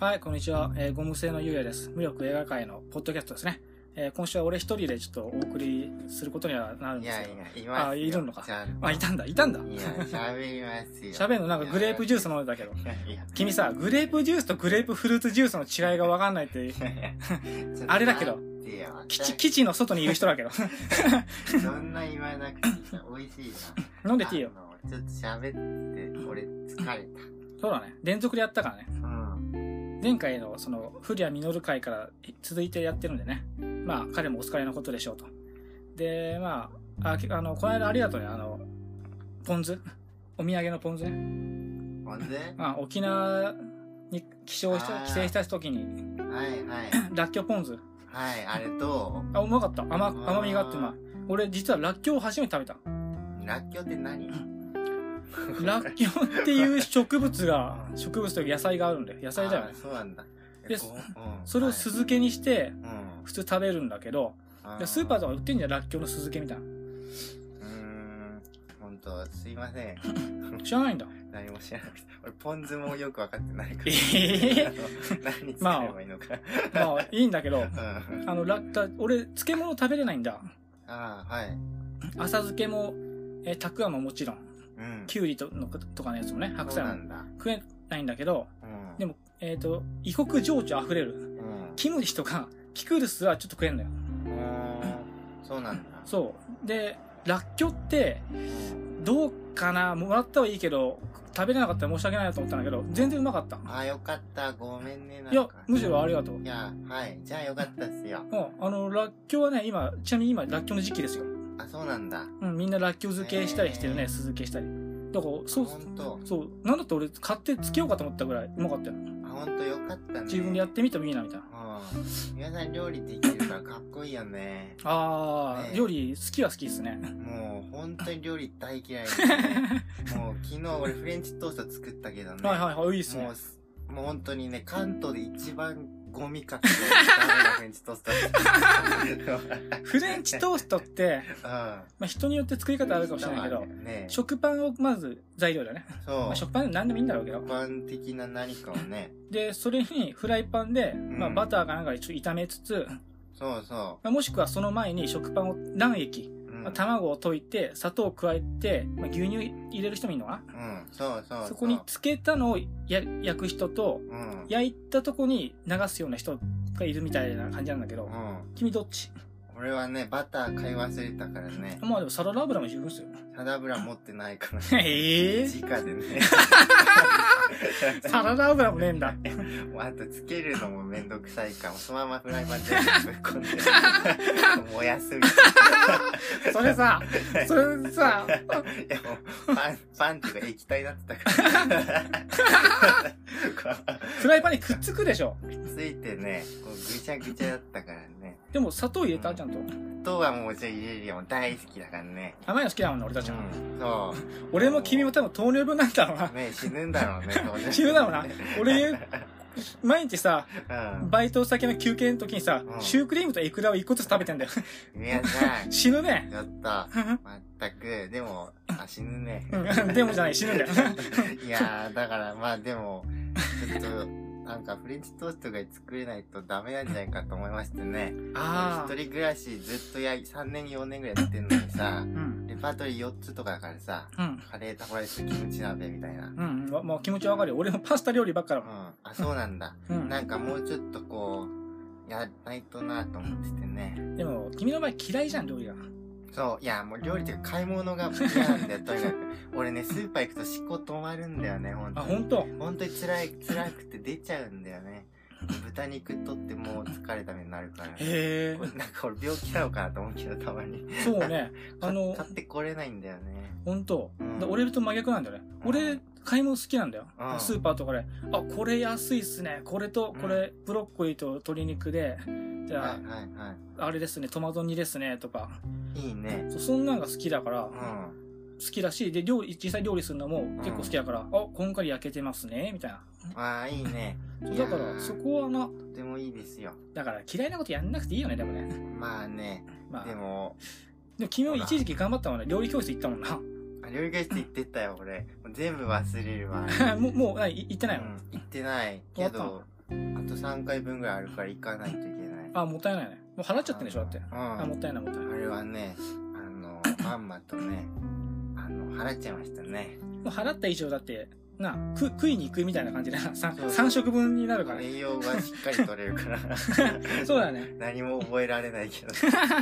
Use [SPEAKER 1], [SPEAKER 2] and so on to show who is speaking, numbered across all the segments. [SPEAKER 1] はい、こんにちは。えーゴム製のゆうやです。無力映画界のポッドキャストですね。えー今週は俺一人でちょっとお送りすることにはなるん
[SPEAKER 2] い
[SPEAKER 1] です
[SPEAKER 2] や
[SPEAKER 1] け
[SPEAKER 2] い
[SPEAKER 1] ど。
[SPEAKER 2] や、いますよ。
[SPEAKER 1] あいるのか
[SPEAKER 2] ちゃんと
[SPEAKER 1] あ、いたんだ、いたんだ。
[SPEAKER 2] いや、喋りますよ。
[SPEAKER 1] 喋るのなんかグレープジュース飲んでたけど。
[SPEAKER 2] いやいや
[SPEAKER 1] 君さ、グレープジュースとグレープフルーツジュースの違いがわかんない って、
[SPEAKER 2] ちょっと
[SPEAKER 1] あれだけど
[SPEAKER 2] 待ってよ
[SPEAKER 1] 基地、基地の外にいる人だけど。
[SPEAKER 2] そんな言わなくていいな。美味しいな。
[SPEAKER 1] 飲んでていいよ。
[SPEAKER 2] あのちょっと喋って、俺疲れ
[SPEAKER 1] そうだね。連続でやったからね。
[SPEAKER 2] た。うん。
[SPEAKER 1] 前回のその、古谷実会から続いてやってるんでね。まあ、彼もお疲れのことでしょうと。で、まあ、あ、あの、この間ありがとうね、あの、ポン酢。お土産のポン酢ね。
[SPEAKER 2] ほんで
[SPEAKER 1] まあ、沖縄に帰省し
[SPEAKER 2] あ
[SPEAKER 1] た、
[SPEAKER 2] ー
[SPEAKER 1] 帰省した時に、
[SPEAKER 2] はいはい。
[SPEAKER 1] ラッキョポン酢。
[SPEAKER 2] はい、あれと、
[SPEAKER 1] あ、うまかった。甘、甘みがあってうまい。俺、実はラッキョを初めて食べた。
[SPEAKER 2] らっきょうって何
[SPEAKER 1] ラッキョウっていう植物が、植物というか野菜があるんだよ。野菜だよ
[SPEAKER 2] あ
[SPEAKER 1] ね。
[SPEAKER 2] そうなんだ。
[SPEAKER 1] で
[SPEAKER 2] こううん
[SPEAKER 1] それを酢漬けにして、
[SPEAKER 2] はいうん
[SPEAKER 1] 普通食べるんだけど、
[SPEAKER 2] あ
[SPEAKER 1] スーパーとか売ってんじゃん、ラッキョウの酢漬けみたいな。
[SPEAKER 2] うーん。ほんと、すいません。
[SPEAKER 1] 知らないんだ。
[SPEAKER 2] 何も知らなくて。俺、ポン酢もよく分かってないから。
[SPEAKER 1] えー
[SPEAKER 2] あ の何作ればいいのか。
[SPEAKER 1] まあ、いいんだけど、
[SPEAKER 2] うん。
[SPEAKER 1] あの、ラッタ、俺、漬物食べれないんだ。
[SPEAKER 2] ああ、はい。
[SPEAKER 1] 浅漬けも、えーたくあんももちろん、
[SPEAKER 2] うん。
[SPEAKER 1] きゅうりとのことかのやつもね、白
[SPEAKER 2] そう
[SPEAKER 1] 菜
[SPEAKER 2] な
[SPEAKER 1] も
[SPEAKER 2] んだ。
[SPEAKER 1] 食えないんだけど、
[SPEAKER 2] うん。
[SPEAKER 1] でも、えっ、と、異国情緒あふれる。
[SPEAKER 2] うん。
[SPEAKER 1] キムチとか、ピクルスはちょっと食えんだよ。
[SPEAKER 2] うんそうなんだ。
[SPEAKER 1] そう。で、ラッキョウって、
[SPEAKER 2] うん
[SPEAKER 1] どうかなもらったはいいけど、食べれなかったら申し訳ないなと思ったんだけど、全然うまかった。
[SPEAKER 2] ああ、よかった。ごめんね、なんか。
[SPEAKER 1] いや、むしろありがとう。
[SPEAKER 2] いや、はい。じゃあよかったっすよ。
[SPEAKER 1] うん、あの、ラッキョウはね、今、ちなみに今、ラッキョウの時期ですよ。
[SPEAKER 2] あ、そうなんだ。
[SPEAKER 1] うん、みんなラッキョウ漬けしたりしてる
[SPEAKER 2] へ
[SPEAKER 1] ね、
[SPEAKER 2] ー
[SPEAKER 1] 酢漬けしたり。だから、そう、
[SPEAKER 2] ほんと
[SPEAKER 1] そう、なんだって俺、買って漬けようかと思ったぐらい、うまかったよ。
[SPEAKER 2] あ、ほんとよかったね。
[SPEAKER 1] 自分でやってみてもいいな、みたいな。
[SPEAKER 2] うん。皆さん料理できるからかっこいいよね。
[SPEAKER 1] あ
[SPEAKER 2] ね
[SPEAKER 1] ー、料理、好きは好きですね。
[SPEAKER 2] もう、本当に料理大嫌いですね。もう、昨日俺フレンチトースト作ったけどね。
[SPEAKER 1] はいはいはい、いいっす
[SPEAKER 2] も
[SPEAKER 1] ね
[SPEAKER 2] う。す、もう本当にね、関東で一番ゴミかけのダメなフレンチト ーストだった。
[SPEAKER 1] フレンチトーストって、
[SPEAKER 2] うん。
[SPEAKER 1] まあ、人によって作り方あるかもしれないけど、
[SPEAKER 2] ね、
[SPEAKER 1] 食パンをまず材料だよね。
[SPEAKER 2] そう。
[SPEAKER 1] まあ、食パンなんでもいいんだろうけど
[SPEAKER 2] 一。般的な何かをね、
[SPEAKER 1] で、それにフライパンで、
[SPEAKER 2] ん
[SPEAKER 1] まあ、バターかなんかでちょっと炒めつつ、
[SPEAKER 2] そうそ
[SPEAKER 1] まあ、もしくはその前に食パンを卵液、
[SPEAKER 2] う。うん。
[SPEAKER 1] まあ、卵を溶いて、砂糖を加えて、まあ、牛乳入れる人もいるのかな
[SPEAKER 2] うん、そうそうう。
[SPEAKER 1] そこに漬けたのをや焼く人と、
[SPEAKER 2] うん。
[SPEAKER 1] 焼いたとこに流すような人がいるみたいな感じなんだけ
[SPEAKER 2] う
[SPEAKER 1] ど、
[SPEAKER 2] ん。
[SPEAKER 1] 君どっち
[SPEAKER 2] 俺はね、バター買い忘れたからね、
[SPEAKER 1] まあでもサラダ油も十分っすよ。
[SPEAKER 2] サラブラ持ってないから、
[SPEAKER 1] えー
[SPEAKER 2] 直でね。
[SPEAKER 1] サラダ油もねえんだ。
[SPEAKER 2] もうあとつけるのもめんどくさいから、そのままフライパンでぶっ 込んで、燃やすみた い
[SPEAKER 1] それさ、それ さ、
[SPEAKER 2] ないやもうパン、パンっていうか液体になってた から。
[SPEAKER 1] フライパンにくっつくでしょ。
[SPEAKER 2] ついてね、こうぐちゃぐちゃだったからね。
[SPEAKER 1] でも砂糖入れたちゃんと。
[SPEAKER 2] あとはもうじゃ入れるよ。もう大好きだからね。
[SPEAKER 1] 甘いの好きだもんね、俺たちは。
[SPEAKER 2] うん、そ
[SPEAKER 1] 俺も君も多分糖尿病なんだろうな
[SPEAKER 2] う。。ね死ぬんだろう ね。当然
[SPEAKER 1] 死ぬだろうな。 俺、毎日さ、
[SPEAKER 2] う
[SPEAKER 1] バイト先の休憩の時にさ、
[SPEAKER 2] うん
[SPEAKER 1] シュークリームとエクラを一個ずつ食べてんだよ。
[SPEAKER 2] ん。皆さん、ち
[SPEAKER 1] 死ぬね。
[SPEAKER 2] ょっと、まったく、でも、あ、死ぬね。
[SPEAKER 1] うんでもじゃない、死ぬん だよ。
[SPEAKER 2] いやー、だからまあでも、ちょっと、なんかフレンチトーストが作れないとダメなんじゃないかと思いましてね。
[SPEAKER 1] あ
[SPEAKER 2] 一人暮らしずっとや、3年4年ぐらいやってんのに
[SPEAKER 1] ー。
[SPEAKER 2] さ、
[SPEAKER 1] うん。
[SPEAKER 2] レパートリー4つとかだからさ、
[SPEAKER 1] うん。
[SPEAKER 2] カレー、タコライス、キムチ鍋みたいな。うん。
[SPEAKER 1] うん。ままあ気持ちわかるよ。俺もパスタ料理ばっかだもん。
[SPEAKER 2] あ、そうなんだ。
[SPEAKER 1] うん。
[SPEAKER 2] なんかもうちょっとこう、やらないとなと思っててね。
[SPEAKER 1] でも、君の場合嫌いじゃん、料理が。
[SPEAKER 2] そう、いや、もう料理っていうか買い物が嫌なんだよ、とにか く。俺ね、スーパー行くと思考止まるんだよね、ほん
[SPEAKER 1] あ、
[SPEAKER 2] とに。
[SPEAKER 1] 本当。
[SPEAKER 2] ほんとに辛い、辛くて出ちゃうんだよね。豚肉取ってもう疲れた目になるから。
[SPEAKER 1] へ
[SPEAKER 2] これなんか俺病気なのかなと思うけど、たまに。
[SPEAKER 1] え。そうね。あの
[SPEAKER 2] か買ってこれないんだよね。
[SPEAKER 1] 本当
[SPEAKER 2] うん。
[SPEAKER 1] だ俺と真逆なんだよね。
[SPEAKER 2] うん
[SPEAKER 1] 俺、買い物好きなんだよ
[SPEAKER 2] う。ん
[SPEAKER 1] スーパーとかで。あ、これ安いっすね。これと、これ、ブロッコリーと鶏肉で、じ
[SPEAKER 2] は
[SPEAKER 1] ゃ
[SPEAKER 2] いはいは
[SPEAKER 1] あ、あれですね、トマト煮ですね、とか。
[SPEAKER 2] い。いいね。
[SPEAKER 1] そうそんなんが好きだから、
[SPEAKER 2] う
[SPEAKER 1] 好
[SPEAKER 2] ん。
[SPEAKER 1] きだし、で、料理、実際料理するのも結構好きだから、あ、こんがり焼けてますね、みたいな。
[SPEAKER 2] ああ、いいね。
[SPEAKER 1] そう
[SPEAKER 2] いや
[SPEAKER 1] だ
[SPEAKER 2] ー
[SPEAKER 1] から、そこはな、
[SPEAKER 2] とてもいいですよ。
[SPEAKER 1] だから嫌いなことやんなくていいよね、でもね。
[SPEAKER 2] まあね、
[SPEAKER 1] まあ、
[SPEAKER 2] で
[SPEAKER 1] でも
[SPEAKER 2] も、
[SPEAKER 1] 君も一時期頑張ったもんね、料理教室行ったもんな。
[SPEAKER 2] あ料理教室行ってたよ、俺。もう全部忘れるわ。
[SPEAKER 1] もう、もう、ない、い行ってないの、
[SPEAKER 2] うん行ってないけ
[SPEAKER 1] 終わ
[SPEAKER 2] ど、あと3回分ぐらいあるから行かないといけない。
[SPEAKER 1] あ、もったいないね。もう払っちゃってんでしょだって。
[SPEAKER 2] うん。
[SPEAKER 1] あ、もったいないもったいない。
[SPEAKER 2] あれはね、あの、まんまとね、あの、払っちゃいましたね。
[SPEAKER 1] もう払った以上だって、な、く食いに行くみたいな感じでな、
[SPEAKER 2] そう
[SPEAKER 1] 3, 三食分になるからね。
[SPEAKER 2] 栄養がしっかり取れるから。
[SPEAKER 1] そうだね。
[SPEAKER 2] 何も覚えられない けど。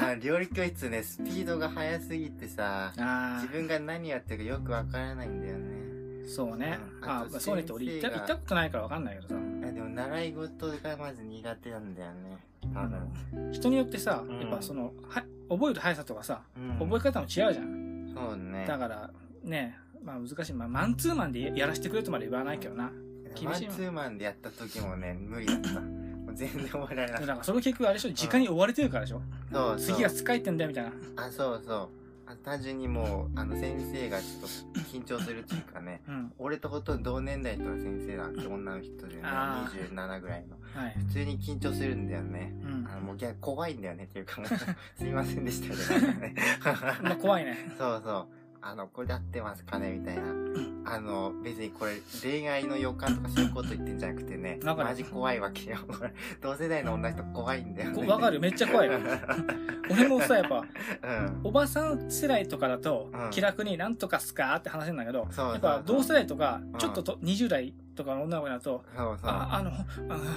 [SPEAKER 2] あ料理教室ね、スピードが速すぎてさ、
[SPEAKER 1] あ
[SPEAKER 2] 自分が何やってるかよくわからないんだよね。
[SPEAKER 1] あ、そうね。
[SPEAKER 2] うん
[SPEAKER 1] あ
[SPEAKER 2] あと
[SPEAKER 1] まあそうねって俺行った
[SPEAKER 2] 先
[SPEAKER 1] 行
[SPEAKER 2] 生が
[SPEAKER 1] ったことないからわかんないけどさ。
[SPEAKER 2] あでも、習い事がまず苦手なんだよね。多分。
[SPEAKER 1] 人によってさ、
[SPEAKER 2] うん
[SPEAKER 1] やっぱその、は覚える速さとかさ、
[SPEAKER 2] うん
[SPEAKER 1] 覚え方も違うじゃん。
[SPEAKER 2] そうね。
[SPEAKER 1] だから、ね、まあ難しい。まあマンツーマンでやらせてくれとまで言わないけどな。
[SPEAKER 2] マ
[SPEAKER 1] 厳
[SPEAKER 2] ン
[SPEAKER 1] しい
[SPEAKER 2] ツ
[SPEAKER 1] わ
[SPEAKER 2] ーマンでやった時もね、無理だった。もう全然覚えられな
[SPEAKER 1] だ
[SPEAKER 2] かっ
[SPEAKER 1] からそれ結局あれでしょ、時間に追われてるからでしょ。
[SPEAKER 2] た。そうそう。
[SPEAKER 1] 次が使いってんだよみたいな。
[SPEAKER 2] あ、そうそう。あ単純にもう、あの、先生がちょっと緊張するっていうかね、
[SPEAKER 1] うん。
[SPEAKER 2] 俺とほとんど同年代との先生なんて女の人でね、
[SPEAKER 1] あー
[SPEAKER 2] 27ぐらいの。
[SPEAKER 1] はい。
[SPEAKER 2] 普通に緊張するんだよね。
[SPEAKER 1] うん。
[SPEAKER 2] あの、もう逆怖いんだよねっていうか、も うすいませんでしたじゃないよね。
[SPEAKER 1] まあ怖いね。
[SPEAKER 2] そうそう。あの、これで合ってますかね みたいな。あの、別にこれ恋愛の予感とかそういうこと言ってんじゃなくてね。
[SPEAKER 1] わかる
[SPEAKER 2] マジ怖いわけよ。これ同世代の女の人怖いんだよ
[SPEAKER 1] こ
[SPEAKER 2] ね。
[SPEAKER 1] わかるめっちゃ 怖いわ俺もさ、やっぱ、
[SPEAKER 2] うん。
[SPEAKER 1] おばさん世代とかだと
[SPEAKER 2] うん、
[SPEAKER 1] 気楽になんとかっすかって話せるんだけど、
[SPEAKER 2] そう
[SPEAKER 1] やっぱ同世代とか
[SPEAKER 2] ん、
[SPEAKER 1] ちょっとと20代とかの女の子になると、
[SPEAKER 2] そうそう。
[SPEAKER 1] あ、あの、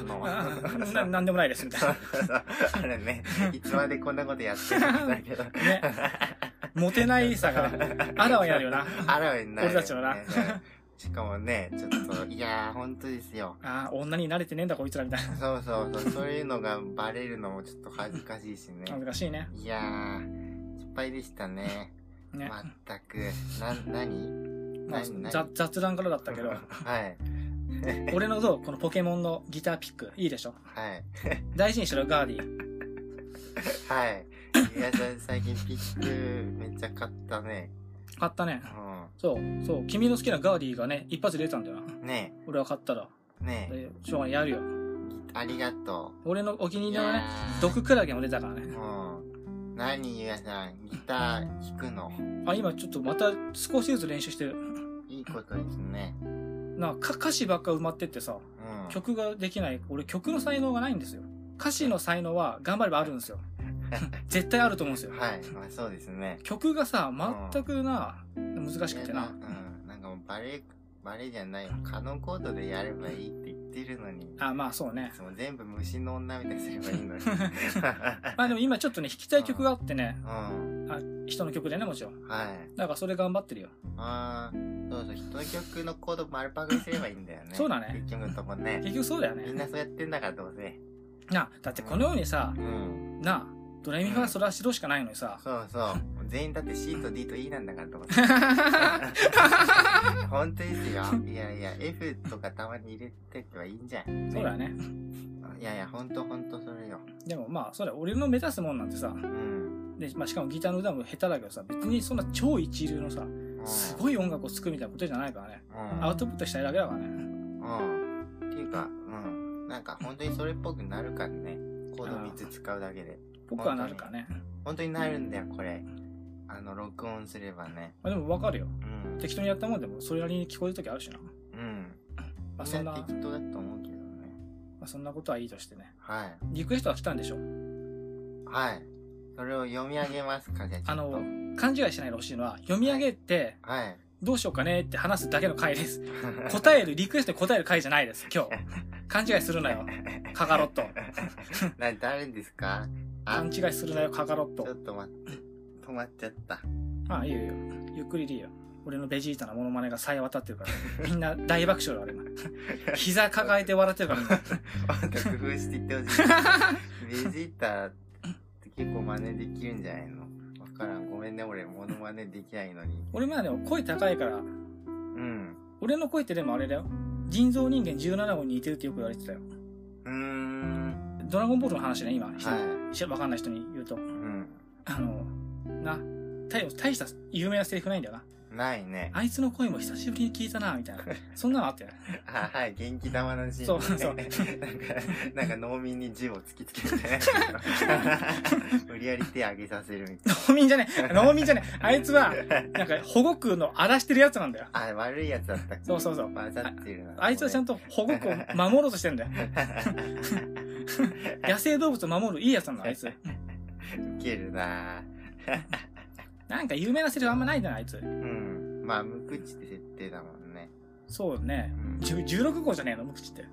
[SPEAKER 2] の
[SPEAKER 1] ああななんでもないです、みたい
[SPEAKER 2] そうそうそうあれね、いつまでこんなことやってるんだけど。
[SPEAKER 1] な。ね。モテないさが、 あらわになるよな。
[SPEAKER 2] あらわになるよね。
[SPEAKER 1] 俺たちのな
[SPEAKER 2] うんしかもね、ちょっと、いやー、本当ですよ。
[SPEAKER 1] ああ、女に慣れてねえんだ、こいつら、みたいな。
[SPEAKER 2] そうそうそう、そういうのがバレるのもちょっと恥ずかしいしね。
[SPEAKER 1] 恥ずかしいね。
[SPEAKER 2] いやー、失敗でしたね。
[SPEAKER 1] ね。
[SPEAKER 2] まったく、な、なに
[SPEAKER 1] まあ
[SPEAKER 2] 何何
[SPEAKER 1] ざ雑談からだったけど
[SPEAKER 2] は、い、
[SPEAKER 1] 俺のどうこのポケモンのギターピック、いいでしょ
[SPEAKER 2] はい、
[SPEAKER 1] 大事にしろ、ガーディ。
[SPEAKER 2] はい。いや、最近ピックめっちゃ買ったね。
[SPEAKER 1] 買ったね。
[SPEAKER 2] う
[SPEAKER 1] そう、そう、君の好きなガーディがね、一発で出たんだよな。
[SPEAKER 2] ん。ね
[SPEAKER 1] 俺は買ったら。
[SPEAKER 2] え、ねえ、
[SPEAKER 1] でしょうがない、やるよ。
[SPEAKER 2] ありがと
[SPEAKER 1] 俺のお気に
[SPEAKER 2] う。
[SPEAKER 1] 入りのね、毒クラゲも出たからね。
[SPEAKER 2] うん。何、ゆうやさん、ギター弾くの
[SPEAKER 1] あ、今ちょっとまた少しずつ練習してる。
[SPEAKER 2] いいことですね。
[SPEAKER 1] なんか歌詞ばっか埋まってってさ、
[SPEAKER 2] うん。
[SPEAKER 1] 曲ができない。俺曲の才能がないんですよ。歌詞の才能は頑張ればあるんですよ。 絶対あると思うんですよ。
[SPEAKER 2] はい、まあそうですね。
[SPEAKER 1] 曲がさ、全くな、難しくて
[SPEAKER 2] いや
[SPEAKER 1] な。
[SPEAKER 2] うん。なんかもうバレ、バレじゃないよ。可能コードでやればいいって言ってるのに。
[SPEAKER 1] あ、まあそう
[SPEAKER 2] い
[SPEAKER 1] ね。
[SPEAKER 2] つも全部虫の女みたいにすればいい のに。
[SPEAKER 1] まあでも今ちょっとね、弾きたい曲があってね、
[SPEAKER 2] うん。
[SPEAKER 1] 人の曲でね、もちろん。
[SPEAKER 2] はい。
[SPEAKER 1] だからそれ頑張ってるよ。
[SPEAKER 2] あーそうそう、人の曲のコード丸パクリすればいいんだよね。
[SPEAKER 1] そうだね
[SPEAKER 2] 結局のとこね。
[SPEAKER 1] 結局そうだよ
[SPEAKER 2] みん
[SPEAKER 1] ね。
[SPEAKER 2] なそうやってんだからどうせ。
[SPEAKER 1] な、だってこのようにさ
[SPEAKER 2] う、ん。
[SPEAKER 1] なあ、ドレミファソラシドしかないのに さ、
[SPEAKER 2] そうそう。全員だって C と D と E なんだからどう せ。本当ですよ。いやいや、F とかたまに入れてけばいいんじゃん。
[SPEAKER 1] そうだね。
[SPEAKER 2] いやいや、ほんとほんとそれよ。
[SPEAKER 1] でもまあ、それ俺の目指すもんなんてさ、
[SPEAKER 2] うん。
[SPEAKER 1] で、まあ、しかもギターの歌も下手だけどさ、別にそんな超一流のさ、す
[SPEAKER 2] い。
[SPEAKER 1] ごい音楽を作るみたいなことじゃないからね。
[SPEAKER 2] うん。
[SPEAKER 1] アウトプットしたいだけだからね。
[SPEAKER 2] うん。っていうか、うん。なんか本当にそれっぽくなるからね。コード3つ使うだけで。
[SPEAKER 1] 僕はなるからね。
[SPEAKER 2] 本当になるんだよ、これ。あの、録音すればね。
[SPEAKER 1] まあ、でもわかるよ。
[SPEAKER 2] うん。
[SPEAKER 1] 適当にやったもんでも、それなりに聞こえる時あるしな。ま
[SPEAKER 2] うん。
[SPEAKER 1] あ、そんな、
[SPEAKER 2] み
[SPEAKER 1] ま
[SPEAKER 2] 適当だと思うけどね。
[SPEAKER 1] あ、そんなことはいいとしてね。
[SPEAKER 2] はい。
[SPEAKER 1] リクエストは来たんでしょ
[SPEAKER 2] はい。それを読み上げますか、じゃあちょっと。
[SPEAKER 1] あの、勘違いしないでほしいのは、読み上げて、
[SPEAKER 2] はい。
[SPEAKER 1] どうしようかねって話すだけの回 です。答える、リクエストに答える回じゃないです、今日。勘違いするなよ、カカロット。
[SPEAKER 2] な、誰ですかあ
[SPEAKER 1] 勘、違いするなよ、カカロッ
[SPEAKER 2] ち
[SPEAKER 1] ト
[SPEAKER 2] ょ。っと待って。止まっちゃった。
[SPEAKER 1] ああ、いいよいいよ。ゆっくりでいいよ。俺のベジータのモノマネがさえ渡ってるから。みんな大爆笑だ、俺今。膝抱えて笑ってるから、みんな
[SPEAKER 2] また工夫していってほしい。ベジータって結構真似できるんじゃないのわからん。ごめんね、俺、モノマネできないのに。
[SPEAKER 1] 俺まあでも声高いから、
[SPEAKER 2] うん。
[SPEAKER 1] 俺の声ってでもあれだよ。人造人間17号に似てるってよく言われてたよ。
[SPEAKER 2] うーん。
[SPEAKER 1] ドラゴンボールの話ね、今。
[SPEAKER 2] は
[SPEAKER 1] 人わかんない人に言うと。
[SPEAKER 2] い。うん。
[SPEAKER 1] あの、な、大大した有名なセリフないんだよな。
[SPEAKER 2] うないね。
[SPEAKER 1] あいつの声も久しぶりに聞いたな、みたいな。そんなのあったよ ね。
[SPEAKER 2] あ、はい、元気玉のシーン、ね。
[SPEAKER 1] そうそう
[SPEAKER 2] なんか、なんか農民に銃を突きつけて、 無理やり手上げさせるみたい
[SPEAKER 1] 農民じゃねえ。農民じゃねえ。あいつは、なんか保護区の荒らしてるやつなんだよ。
[SPEAKER 2] な。あ、悪いやつだったっけ
[SPEAKER 1] そうそうそう
[SPEAKER 2] 混ざってるな。
[SPEAKER 1] あいつはちゃん
[SPEAKER 2] と。
[SPEAKER 1] と保護区を守ろうとしてんだよ。 野生動物を守るいいやつなんだ、あいつ。
[SPEAKER 2] ウケるな
[SPEAKER 1] なんか有名なセリフあんまないじゃない、あいつ。
[SPEAKER 2] うん。まあ、無口って設定だもんね。
[SPEAKER 1] そうね
[SPEAKER 2] う。ん。
[SPEAKER 1] じゅ16号じゃねえの、無口って。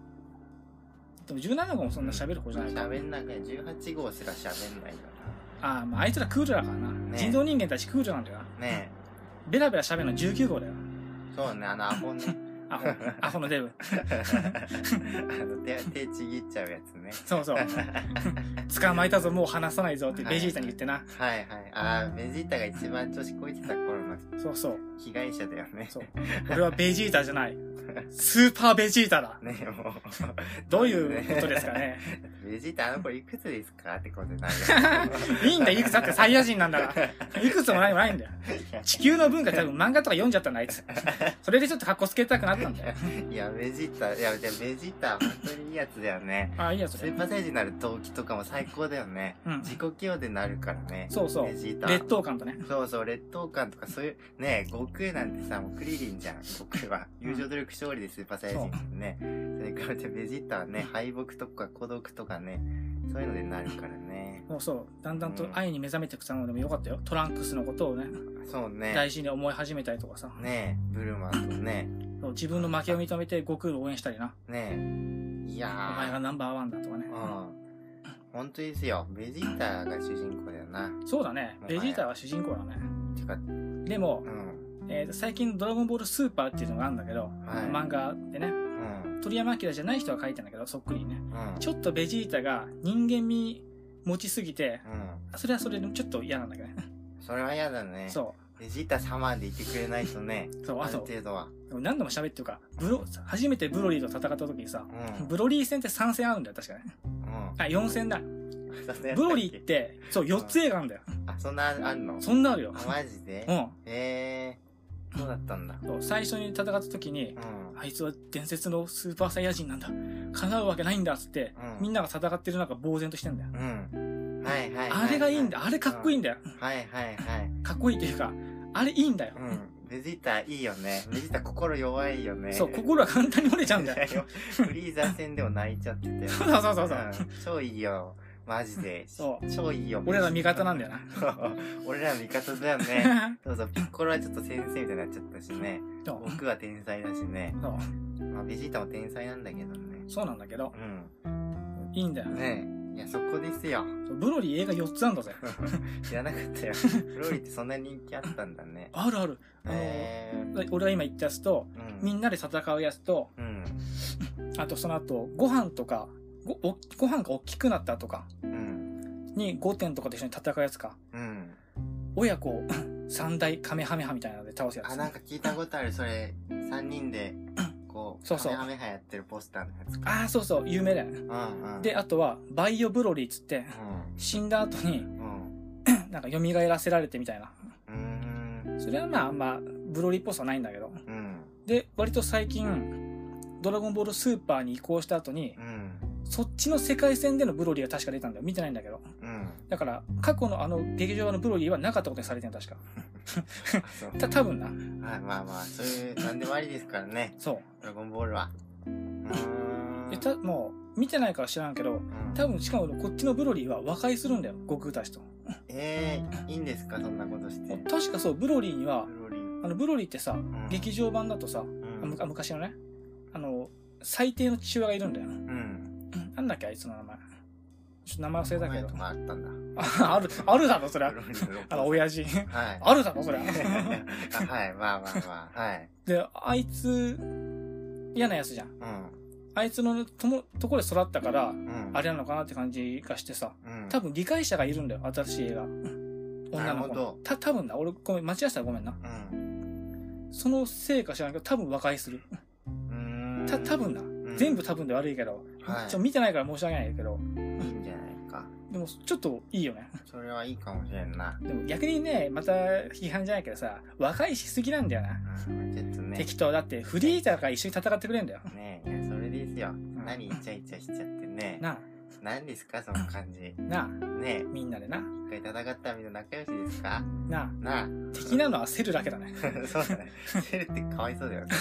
[SPEAKER 1] でも17号もそんな喋る子じゃないから。
[SPEAKER 2] 喋んなくね、18号すら喋んないよ
[SPEAKER 1] ああ、まああいつらクールだからな。
[SPEAKER 2] ね
[SPEAKER 1] 人造人間たちクールなんだよな。
[SPEAKER 2] な。ね
[SPEAKER 1] ベラベラ喋るの19号だよ。
[SPEAKER 2] え。そうね、あの、ア ホね。
[SPEAKER 1] アホ、アホのデブ。
[SPEAKER 2] あの手、手ちぎっちゃうやつね。
[SPEAKER 1] そう そう。捕まえたぞ、もう離さないぞってベジータに言ってな。
[SPEAKER 2] はいはい。ああ、ベジータが一番調子こいてた頃の
[SPEAKER 1] そうそう。
[SPEAKER 2] 被害者だよね。
[SPEAKER 1] そう。俺はベジータじゃ ない。スーパーベジータだ。
[SPEAKER 2] ねえ、もう。
[SPEAKER 1] どういうことですかね。
[SPEAKER 2] ベジータ、あの子いくつですかってことになるよ
[SPEAKER 1] いいんだよ、いくつだってサイヤ人なんだから。いくつも何もないんだよ。地球の文化多分漫画とか読んじゃったんだ、あいつ。それでちょっと格好つけたくなったんだよ。
[SPEAKER 2] いや、ベジータ、いや、じゃあベジータ、本当にいいやつだよね。
[SPEAKER 1] ああ、いいや、そ
[SPEAKER 2] ス
[SPEAKER 1] れ
[SPEAKER 2] ー。パーサイヤ人になる動機とかも最高だよね。
[SPEAKER 1] うん。
[SPEAKER 2] 自己嫌悪でなるからね。
[SPEAKER 1] そうそう
[SPEAKER 2] ベジータ。
[SPEAKER 1] 劣等感とね。
[SPEAKER 2] そうそう、劣等感とかそういう、ねえ、悟空なんてさ、もうクリリンじゃん。悟空は。
[SPEAKER 1] うん
[SPEAKER 2] 友情努力勝利でスーパーサイヤ人だもんね。それからじゃあベジータはね、敗北とか孤独とかね、そういうのでなるからね。
[SPEAKER 1] もうそう、だんだんと愛に目覚めてくさのでもよかったよ。トランクスのことをね、
[SPEAKER 2] そうね。
[SPEAKER 1] 大事に思い始めたりとかさ。
[SPEAKER 2] ねえ、ブルマとね、
[SPEAKER 1] そう自分の負けを認めて悟空を応援したりな。
[SPEAKER 2] ねえ。いや
[SPEAKER 1] お
[SPEAKER 2] ー。
[SPEAKER 1] 前がナンバーワンだとかね
[SPEAKER 2] う。ん。本当ですよ。ベジータが主人公だよな。
[SPEAKER 1] そうだね
[SPEAKER 2] も。はや
[SPEAKER 1] ベジータは主人公だね。
[SPEAKER 2] てか、う
[SPEAKER 1] でも、
[SPEAKER 2] ん。
[SPEAKER 1] えー最近ドラゴンボールスーパーっていうのがあるんだけど、
[SPEAKER 2] はい
[SPEAKER 1] 漫画でね、
[SPEAKER 2] うん。
[SPEAKER 1] 鳥山明じゃない人が書いてんだけど、そっくりにね。
[SPEAKER 2] うん。
[SPEAKER 1] ちょっとベジータが人間味持ちすぎて、
[SPEAKER 2] うん。
[SPEAKER 1] それはそれでちょっと嫌なんだけどね。
[SPEAKER 2] それは嫌だね。
[SPEAKER 1] そ
[SPEAKER 2] ベジータ様でいてくれないとね。
[SPEAKER 1] う。そう、
[SPEAKER 2] あ
[SPEAKER 1] あ
[SPEAKER 2] る
[SPEAKER 1] と、
[SPEAKER 2] 程度は。
[SPEAKER 1] 何度も喋ってるから、ブロ、初めてブロリーと戦った時にさ、
[SPEAKER 2] うん。
[SPEAKER 1] ブロリー戦って3戦あるんだよ、確かね。
[SPEAKER 2] うん。
[SPEAKER 1] あ、4戦だ。 ブロリーっ。て、そう、4つ映画あるんだよ。
[SPEAKER 2] あ、そんなあんの
[SPEAKER 1] そんなあるよ。
[SPEAKER 2] あマジで
[SPEAKER 1] うん。
[SPEAKER 2] えー。そうだったんだ。
[SPEAKER 1] そう最初に戦った時に
[SPEAKER 2] う、ん。
[SPEAKER 1] あいつは伝説のスーパーサイヤ人なんだ。叶うわけないんだっつって、
[SPEAKER 2] うん
[SPEAKER 1] みんなが戦ってる中呆然としてんだよ。
[SPEAKER 2] うん。はいはい。
[SPEAKER 1] あれがいいんだ。
[SPEAKER 2] は
[SPEAKER 1] あれかっこいいんだよ。
[SPEAKER 2] はいはいはい。
[SPEAKER 1] かっこいいというか、あれいいんだよ
[SPEAKER 2] う。ん。ベジータいいよね。ベジータ心弱いよね。
[SPEAKER 1] そう、心は簡単に折れちゃうんだ
[SPEAKER 2] いや
[SPEAKER 1] よ。
[SPEAKER 2] フリーザ戦でも泣いちゃってたよ。
[SPEAKER 1] そうそうそうそうん
[SPEAKER 2] 超いいよ。マジで。
[SPEAKER 1] そう
[SPEAKER 2] 超いいよ。
[SPEAKER 1] 俺ら味方なんだよな。
[SPEAKER 2] そう。 俺ら味方だよね。そうそう。ピッコロはちょっと先生みたいになっちゃったしね。
[SPEAKER 1] そう
[SPEAKER 2] 僕は天才だしね。
[SPEAKER 1] そう
[SPEAKER 2] まあ、ベジータも天才なんだけどね。
[SPEAKER 1] そうなんだけど、
[SPEAKER 2] う
[SPEAKER 1] いいんだよ
[SPEAKER 2] ん。。ねえ。いや、そこですよ。
[SPEAKER 1] そうブロリー映画4つあんだぜ。
[SPEAKER 2] 知らなかったよ。フローリーってそんな人気あったんだね。
[SPEAKER 1] あるある。
[SPEAKER 2] えー。
[SPEAKER 1] 俺が今言ったやつと、
[SPEAKER 2] うん
[SPEAKER 1] みんなで戦うやつと、
[SPEAKER 2] うん。
[SPEAKER 1] あとその後、ご飯とか、ご、おご飯が大きくなったとか
[SPEAKER 2] うん。
[SPEAKER 1] に5点とかと一緒に戦うやつか。
[SPEAKER 2] うん。
[SPEAKER 1] 親子を 三大カメハメハみたいなので倒すやつ。
[SPEAKER 2] あ、なんか聞いたことある、それ。3人で、こう、
[SPEAKER 1] そうそう
[SPEAKER 2] カメハメハやってるポスターのやつか。
[SPEAKER 1] あーそうそう、有名だよね。
[SPEAKER 2] うんうん。
[SPEAKER 1] で、あとは、バイオブロリーっつって、
[SPEAKER 2] う
[SPEAKER 1] 死んだ後に、
[SPEAKER 2] ん。うん。
[SPEAKER 1] なんか蘇らせられてみたいな。
[SPEAKER 2] うーん。
[SPEAKER 1] それはまあ、まあ、ブロリーっぽさないんだけど。
[SPEAKER 2] うん。
[SPEAKER 1] で、割と最近、ドラゴンボールスーパーに移行した後に
[SPEAKER 2] う、ん。
[SPEAKER 1] そっちの世界線でのブロリーが確か出たんだよ。見てないんだけど。
[SPEAKER 2] うん。
[SPEAKER 1] だから、過去のあの劇場版のブロリーはなかったことにされてる確か。
[SPEAKER 2] あそう。
[SPEAKER 1] た、多分な。
[SPEAKER 2] はい、まあまあ、そういう、なんでもありですからね。
[SPEAKER 1] そ
[SPEAKER 2] ドラゴンボールは。うーん
[SPEAKER 1] う。で、た、もう、見てないから知らんけど、
[SPEAKER 2] うん
[SPEAKER 1] 多分、しかもこっちのブロリーは和解するんだよ。悟空たちと。
[SPEAKER 2] えー、いいんですかそんなことして。
[SPEAKER 1] 確かそう、ブロリーには、
[SPEAKER 2] ブロリー
[SPEAKER 1] あの、ブロリーってさ、
[SPEAKER 2] ん
[SPEAKER 1] 劇場版だとさ、
[SPEAKER 2] う
[SPEAKER 1] あむ
[SPEAKER 2] ん。
[SPEAKER 1] あ昔のね、あの、最低の父親がいるんだよな。
[SPEAKER 2] うん。
[SPEAKER 1] なんだっけ、あいつの名前。ちょっと名前忘れたけ
[SPEAKER 2] この前と
[SPEAKER 1] ど。
[SPEAKER 2] かあった ん
[SPEAKER 1] あ、ある、あるだろ、それは
[SPEAKER 2] だ。 ブ。ロリーのロッ
[SPEAKER 1] あの、親父。
[SPEAKER 2] はい。
[SPEAKER 1] あるだろ、それ
[SPEAKER 2] あ
[SPEAKER 1] は。
[SPEAKER 2] はい、まあまあまあ、はい。
[SPEAKER 1] で、あいつ、嫌なやつじゃん。
[SPEAKER 2] うん。
[SPEAKER 1] あいつのともところで育ったから、
[SPEAKER 2] うん。
[SPEAKER 1] あれなのかなって感じがしてさ。
[SPEAKER 2] うん。
[SPEAKER 1] 多分理解者がいるんだよ、新しい映画。女の
[SPEAKER 2] なるほ
[SPEAKER 1] 子の
[SPEAKER 2] ど。
[SPEAKER 1] た、多分な、俺、ごめん、間違えたらごめんな。
[SPEAKER 2] うん。
[SPEAKER 1] そのせいか知らんけど、多分和解する。
[SPEAKER 2] うーん。
[SPEAKER 1] た、多分な。全部
[SPEAKER 2] い
[SPEAKER 1] 多分で悪いけど、
[SPEAKER 2] はい
[SPEAKER 1] ちょ、見てないから申し訳ないけど、
[SPEAKER 2] いんじゃないか。
[SPEAKER 1] でも、ちょっといいよね。
[SPEAKER 2] それはいいかもしれんな。
[SPEAKER 1] でも逆にね、また批判じゃないけどさ、和解しすぎなんだよな。
[SPEAKER 2] うん、ちょっとね。
[SPEAKER 1] 適当。だって、フリーザが一緒に戦ってくれんだよ。
[SPEAKER 2] ねえ、いや、それですよ。何イチャイチャしちゃってね。
[SPEAKER 1] な
[SPEAKER 2] 何ですか、その感じ。ね
[SPEAKER 1] あ、なあ、
[SPEAKER 2] え、
[SPEAKER 1] みんなでな。
[SPEAKER 2] 一回戦ったらみんな仲良しですか
[SPEAKER 1] な
[SPEAKER 2] なあ。
[SPEAKER 1] あ、敵なのはセルだけだね。
[SPEAKER 2] そうだね。セルってかわいそうだよね。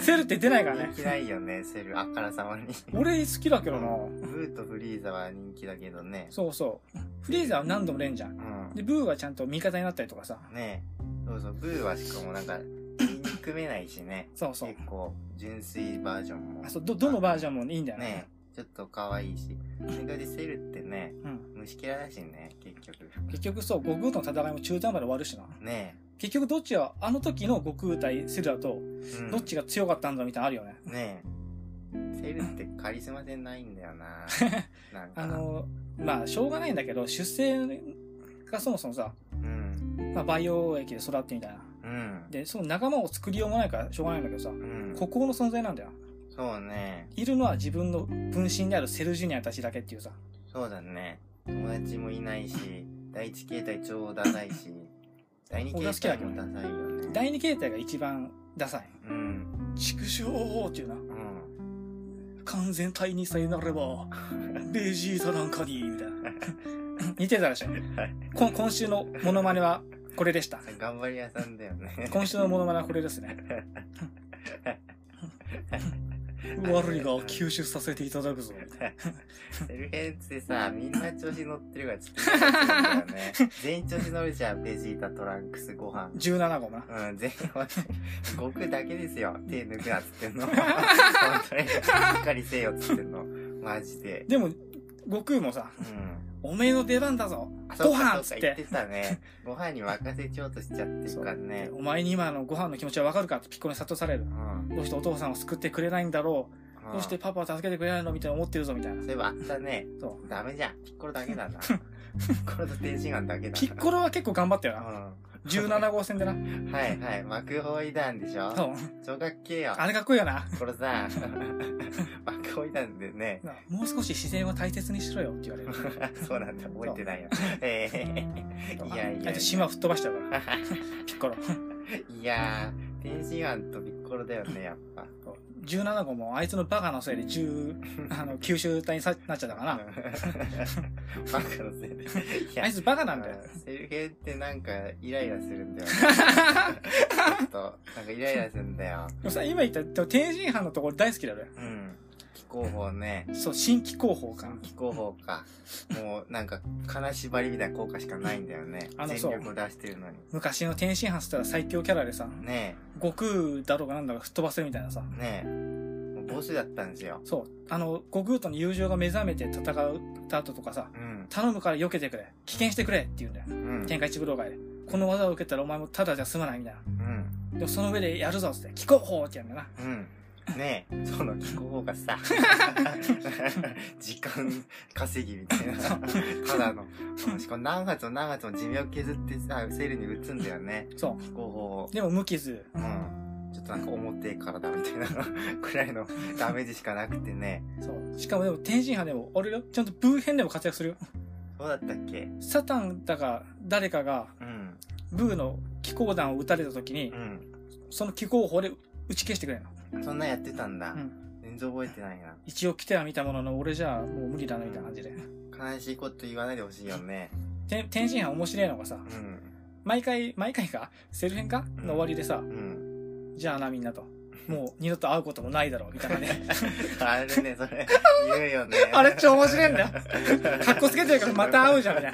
[SPEAKER 1] セルって出ないからね
[SPEAKER 2] 人。気ないよね、セル、あからさまに。
[SPEAKER 1] 俺好きだけどな。
[SPEAKER 2] ブーとフリーザは人気だけどね。
[SPEAKER 1] そうそう。フリーザは何度もレンジャー。
[SPEAKER 2] うん。
[SPEAKER 1] で、ブーはちゃんと味方になったりとかさ。
[SPEAKER 2] ねえ。そうそう、ブーはしかもなんか、憎めないしね。
[SPEAKER 1] そうそう
[SPEAKER 2] 結。構、純粋バージョンも。
[SPEAKER 1] あそうど、どのバージョンもいいんだよね。
[SPEAKER 2] ねえ、ちょっと可愛いし。それでセルってね、
[SPEAKER 1] うん。
[SPEAKER 2] 虫キャラだしね、結局。
[SPEAKER 1] 結局そう、悟空との戦いも中途半端で終わるしな。
[SPEAKER 2] ね
[SPEAKER 1] 結局どっちは、あの時の悟空対セルだと、
[SPEAKER 2] え。うん
[SPEAKER 1] どっちが強かったんだみたいなのあるよね。
[SPEAKER 2] ねえ。セルってカリスマ性ないんだよ な。なんか。
[SPEAKER 1] あ、の、まあ、しょうがないんだけど、出生がそもそもさ、
[SPEAKER 2] うん。
[SPEAKER 1] まあ、培養液で育ってみたいな。
[SPEAKER 2] うん。
[SPEAKER 1] で、その仲間を作りようもないからしょうがないんだけどさ、
[SPEAKER 2] うん。
[SPEAKER 1] 孤高の存在なんだよ。
[SPEAKER 2] そうね。
[SPEAKER 1] いるのは自分の分身であるセルジュニアたちだけっていうさ。
[SPEAKER 2] そうだね。友達もいないし、第一形態超ダサい し、第二形態もダサいよね。
[SPEAKER 1] 第二形態が一番ダサい。
[SPEAKER 2] うん。
[SPEAKER 1] 畜生っていうな。
[SPEAKER 2] うん。
[SPEAKER 1] 完全体にさえなれ ば、ベジータなんかに、みたいな。 似てたでしょ。
[SPEAKER 2] はい
[SPEAKER 1] こん今週のモノマネはこれでした。
[SPEAKER 2] 頑張り屋さんだよね。
[SPEAKER 1] 今週のモノマネはこれですね。悪いが吸収させていただくぞ。
[SPEAKER 2] セルヘンツでさ、みんな調子乗ってるからちょっと嫌なんだよ ね。全員調子乗るじゃん、ベジータ、トランクス、ご飯。
[SPEAKER 1] 17号な。
[SPEAKER 2] うん、全員、悟空だけですよ。手抜くなっつっ てんの。本当に、しっかりせよっつってんの。マジで。
[SPEAKER 1] でも、悟空もさ、
[SPEAKER 2] うん。
[SPEAKER 1] おめえの出番だぞ
[SPEAKER 2] あ
[SPEAKER 1] ご飯っつ
[SPEAKER 2] そ
[SPEAKER 1] っ。
[SPEAKER 2] か言っててたね。ご飯に任せちゃおうとしちゃってるからね。
[SPEAKER 1] お前に今のご飯の気持ちはわかるかってピッコロに諭される。
[SPEAKER 2] うん
[SPEAKER 1] どうしてお父さんを救ってくれないんだろう。どうして
[SPEAKER 2] ん
[SPEAKER 1] パパを助けてくれないのみたいな思ってるぞみたいな
[SPEAKER 2] そ。ういえばあったね
[SPEAKER 1] そう。
[SPEAKER 2] ダメじゃんピッコロだけ だなピッコロと天津飯だけだな
[SPEAKER 1] ピッコロは結構頑張ったよな。17号線でな。
[SPEAKER 2] うんはいはい幕法団でしょ
[SPEAKER 1] そう。
[SPEAKER 2] 超かっけえよ
[SPEAKER 1] あれかっこいいよな。
[SPEAKER 2] ピッコロさ 幕法団でね
[SPEAKER 1] なもう少し自然を大切にしろよって言われる。
[SPEAKER 2] そうなんだ覚えてないよえ ー、いやいや
[SPEAKER 1] あ
[SPEAKER 2] い
[SPEAKER 1] と
[SPEAKER 2] や
[SPEAKER 1] 島吹っ飛ばしたから、 ピッコロ。
[SPEAKER 2] いやー天津飯とピッコロだよねやっぱ
[SPEAKER 1] 17号もあいつのバカのせいで10、あの、九州隊にさなっちゃったか
[SPEAKER 2] バ
[SPEAKER 1] ら。
[SPEAKER 2] カのせいでいや
[SPEAKER 1] あいつバカなんだよ。
[SPEAKER 2] セルゲーってなんかイライラするん だよねちょっとなんかイライラするんだよ
[SPEAKER 1] で もさ、今言った、でも天津飯のところ大好きだよね。
[SPEAKER 2] うん気候法ね
[SPEAKER 1] そう、新規候補か。
[SPEAKER 2] 気候法かもうなんか金縛りみたいな効果しかないんだよね
[SPEAKER 1] あの
[SPEAKER 2] 全力を出してるのに
[SPEAKER 1] 昔の天津飯っつったら最強キャラでさ、
[SPEAKER 2] ね
[SPEAKER 1] 悟空だろうがなんだろうが吹っ飛ばせるみたいなさ。
[SPEAKER 2] えねえもうボスだったんですよ
[SPEAKER 1] そう。あの、悟空との友情が目覚めて戦った後とかさ、
[SPEAKER 2] うん
[SPEAKER 1] 頼むから避けてくれ。危険してくれって言うんだよ。
[SPEAKER 2] うん
[SPEAKER 1] 天下一武道会で。この技を受けたらお前もただじゃ済まないみたいな。
[SPEAKER 2] うん
[SPEAKER 1] でもその上でやるぞっつって、気候法ってやるんだよな。
[SPEAKER 2] うんねえその気候法がさ 時間稼ぎみたいなただのうんしかも何月も何月も寿命削ってさセルに打つんだよね
[SPEAKER 1] そ
[SPEAKER 2] 気候法を
[SPEAKER 1] う。でも無傷。
[SPEAKER 2] うん、ちょっとなんか表からだみたいなくらいのダメージしかなくてね。
[SPEAKER 1] そう。しかもでも天津飯でも、俺よ、ちゃんとブー編でも活躍するよ。
[SPEAKER 2] そうだったっけ
[SPEAKER 1] サタンだか、誰かが、
[SPEAKER 2] うん。
[SPEAKER 1] ブーの気候弾を撃たれた時に
[SPEAKER 2] う、ん。
[SPEAKER 1] その気候法で打ち消してくれんの。
[SPEAKER 2] そんなんやってたんだ。
[SPEAKER 1] うん
[SPEAKER 2] 全然覚えてないな。
[SPEAKER 1] 一応来ては見たものの、俺じゃもう無理だな、みたいな感じで。
[SPEAKER 2] 悲しいこと言わないでほしいよね。
[SPEAKER 1] て天津飯面白いのがさ、
[SPEAKER 2] うん。
[SPEAKER 1] 毎回、毎回か、セル編か
[SPEAKER 2] うん
[SPEAKER 1] の終わりでさ
[SPEAKER 2] う、ん。
[SPEAKER 1] じゃあな、みんなと。もう二度と会うこともないだろう、みたいなね。
[SPEAKER 2] あれね、そ
[SPEAKER 1] 。
[SPEAKER 2] れ、言うよね
[SPEAKER 1] あれ超面白いんだよ。 かっこつけてるからまた会うじゃんみたい